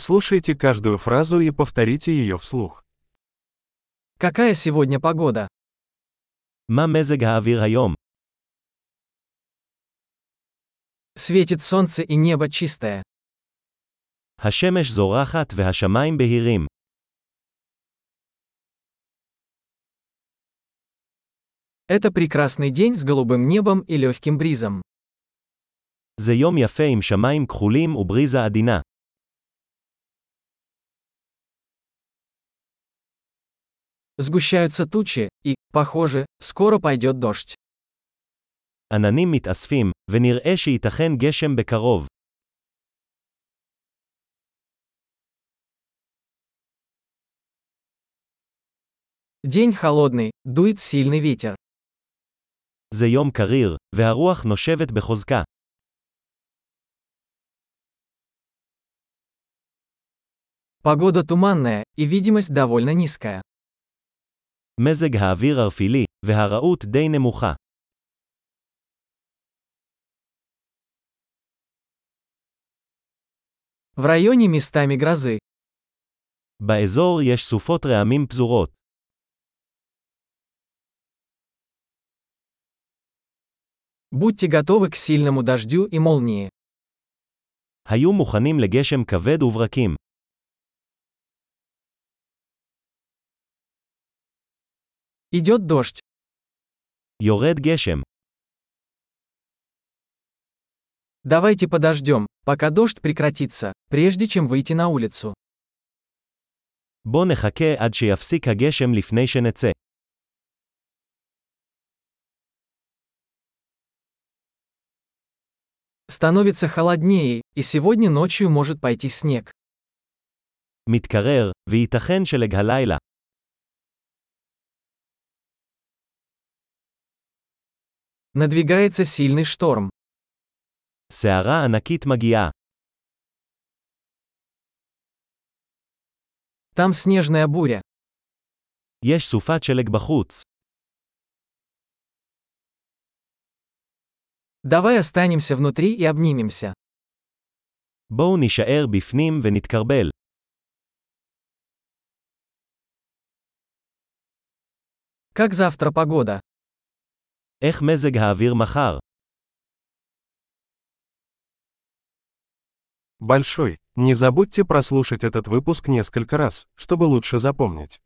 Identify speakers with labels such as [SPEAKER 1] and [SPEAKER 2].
[SPEAKER 1] Прослушайте каждую фразу и повторите ее вслух.
[SPEAKER 2] Какая сегодня погода?
[SPEAKER 3] מה מזג האוויר היום?
[SPEAKER 2] Светит солнце и небо чистое.
[SPEAKER 3] השמש זורחת והשמיים בהירים.
[SPEAKER 2] Это прекрасный день с голубым небом и легким бризом.
[SPEAKER 3] זה יום יפה עם שמיים כחולים ובריזה עדינה.
[SPEAKER 2] Сгущаются тучи, и, похоже, скоро пойдет дождь.
[SPEAKER 3] עננים מתאספים, ונראה שייתכן גשם בקרוב.
[SPEAKER 2] День холодный, дует сильный ветер.
[SPEAKER 3] זה יום קריר, והרוח נושבת בחוזקה.
[SPEAKER 2] Погода туманная, и видимость довольно низкая.
[SPEAKER 3] מזג האוויר ערפילי, והרעות די נמוכה.
[SPEAKER 2] В районе местами грозы.
[SPEAKER 3] באזור יש סופות רעמים פזורות.
[SPEAKER 2] Будьте готовы к сильному дождю и молнии.
[SPEAKER 3] היו מוכנים לגשם כבד וברקים.
[SPEAKER 2] Идет дождь.
[SPEAKER 3] יורד גשם.
[SPEAKER 2] Давайте подождем, пока дождь прекратится, прежде чем выйти на улицу.
[SPEAKER 3] בוא נחכה עד שיפסיק הגשם לפני שנצא.
[SPEAKER 2] Становится холоднее, и сегодня ночью может пойти снег.
[SPEAKER 3] מתקרר, וייתכן שלג הלילה.
[SPEAKER 2] Надвигается сильный шторм.
[SPEAKER 3] סערה ענקית מגיעה.
[SPEAKER 2] Там снежная буря.
[SPEAKER 3] יש סופת שלג בחוץ.
[SPEAKER 2] Давай останемся внутри и обнимемся.
[SPEAKER 3] בואו נישאר בפנים ונתקרבל.
[SPEAKER 2] Как завтра погода?
[SPEAKER 3] איך מזג האוויר מחר?
[SPEAKER 1] Большой. Не забудьте прослушать этот выпуск несколько раз, чтобы лучше запомнить.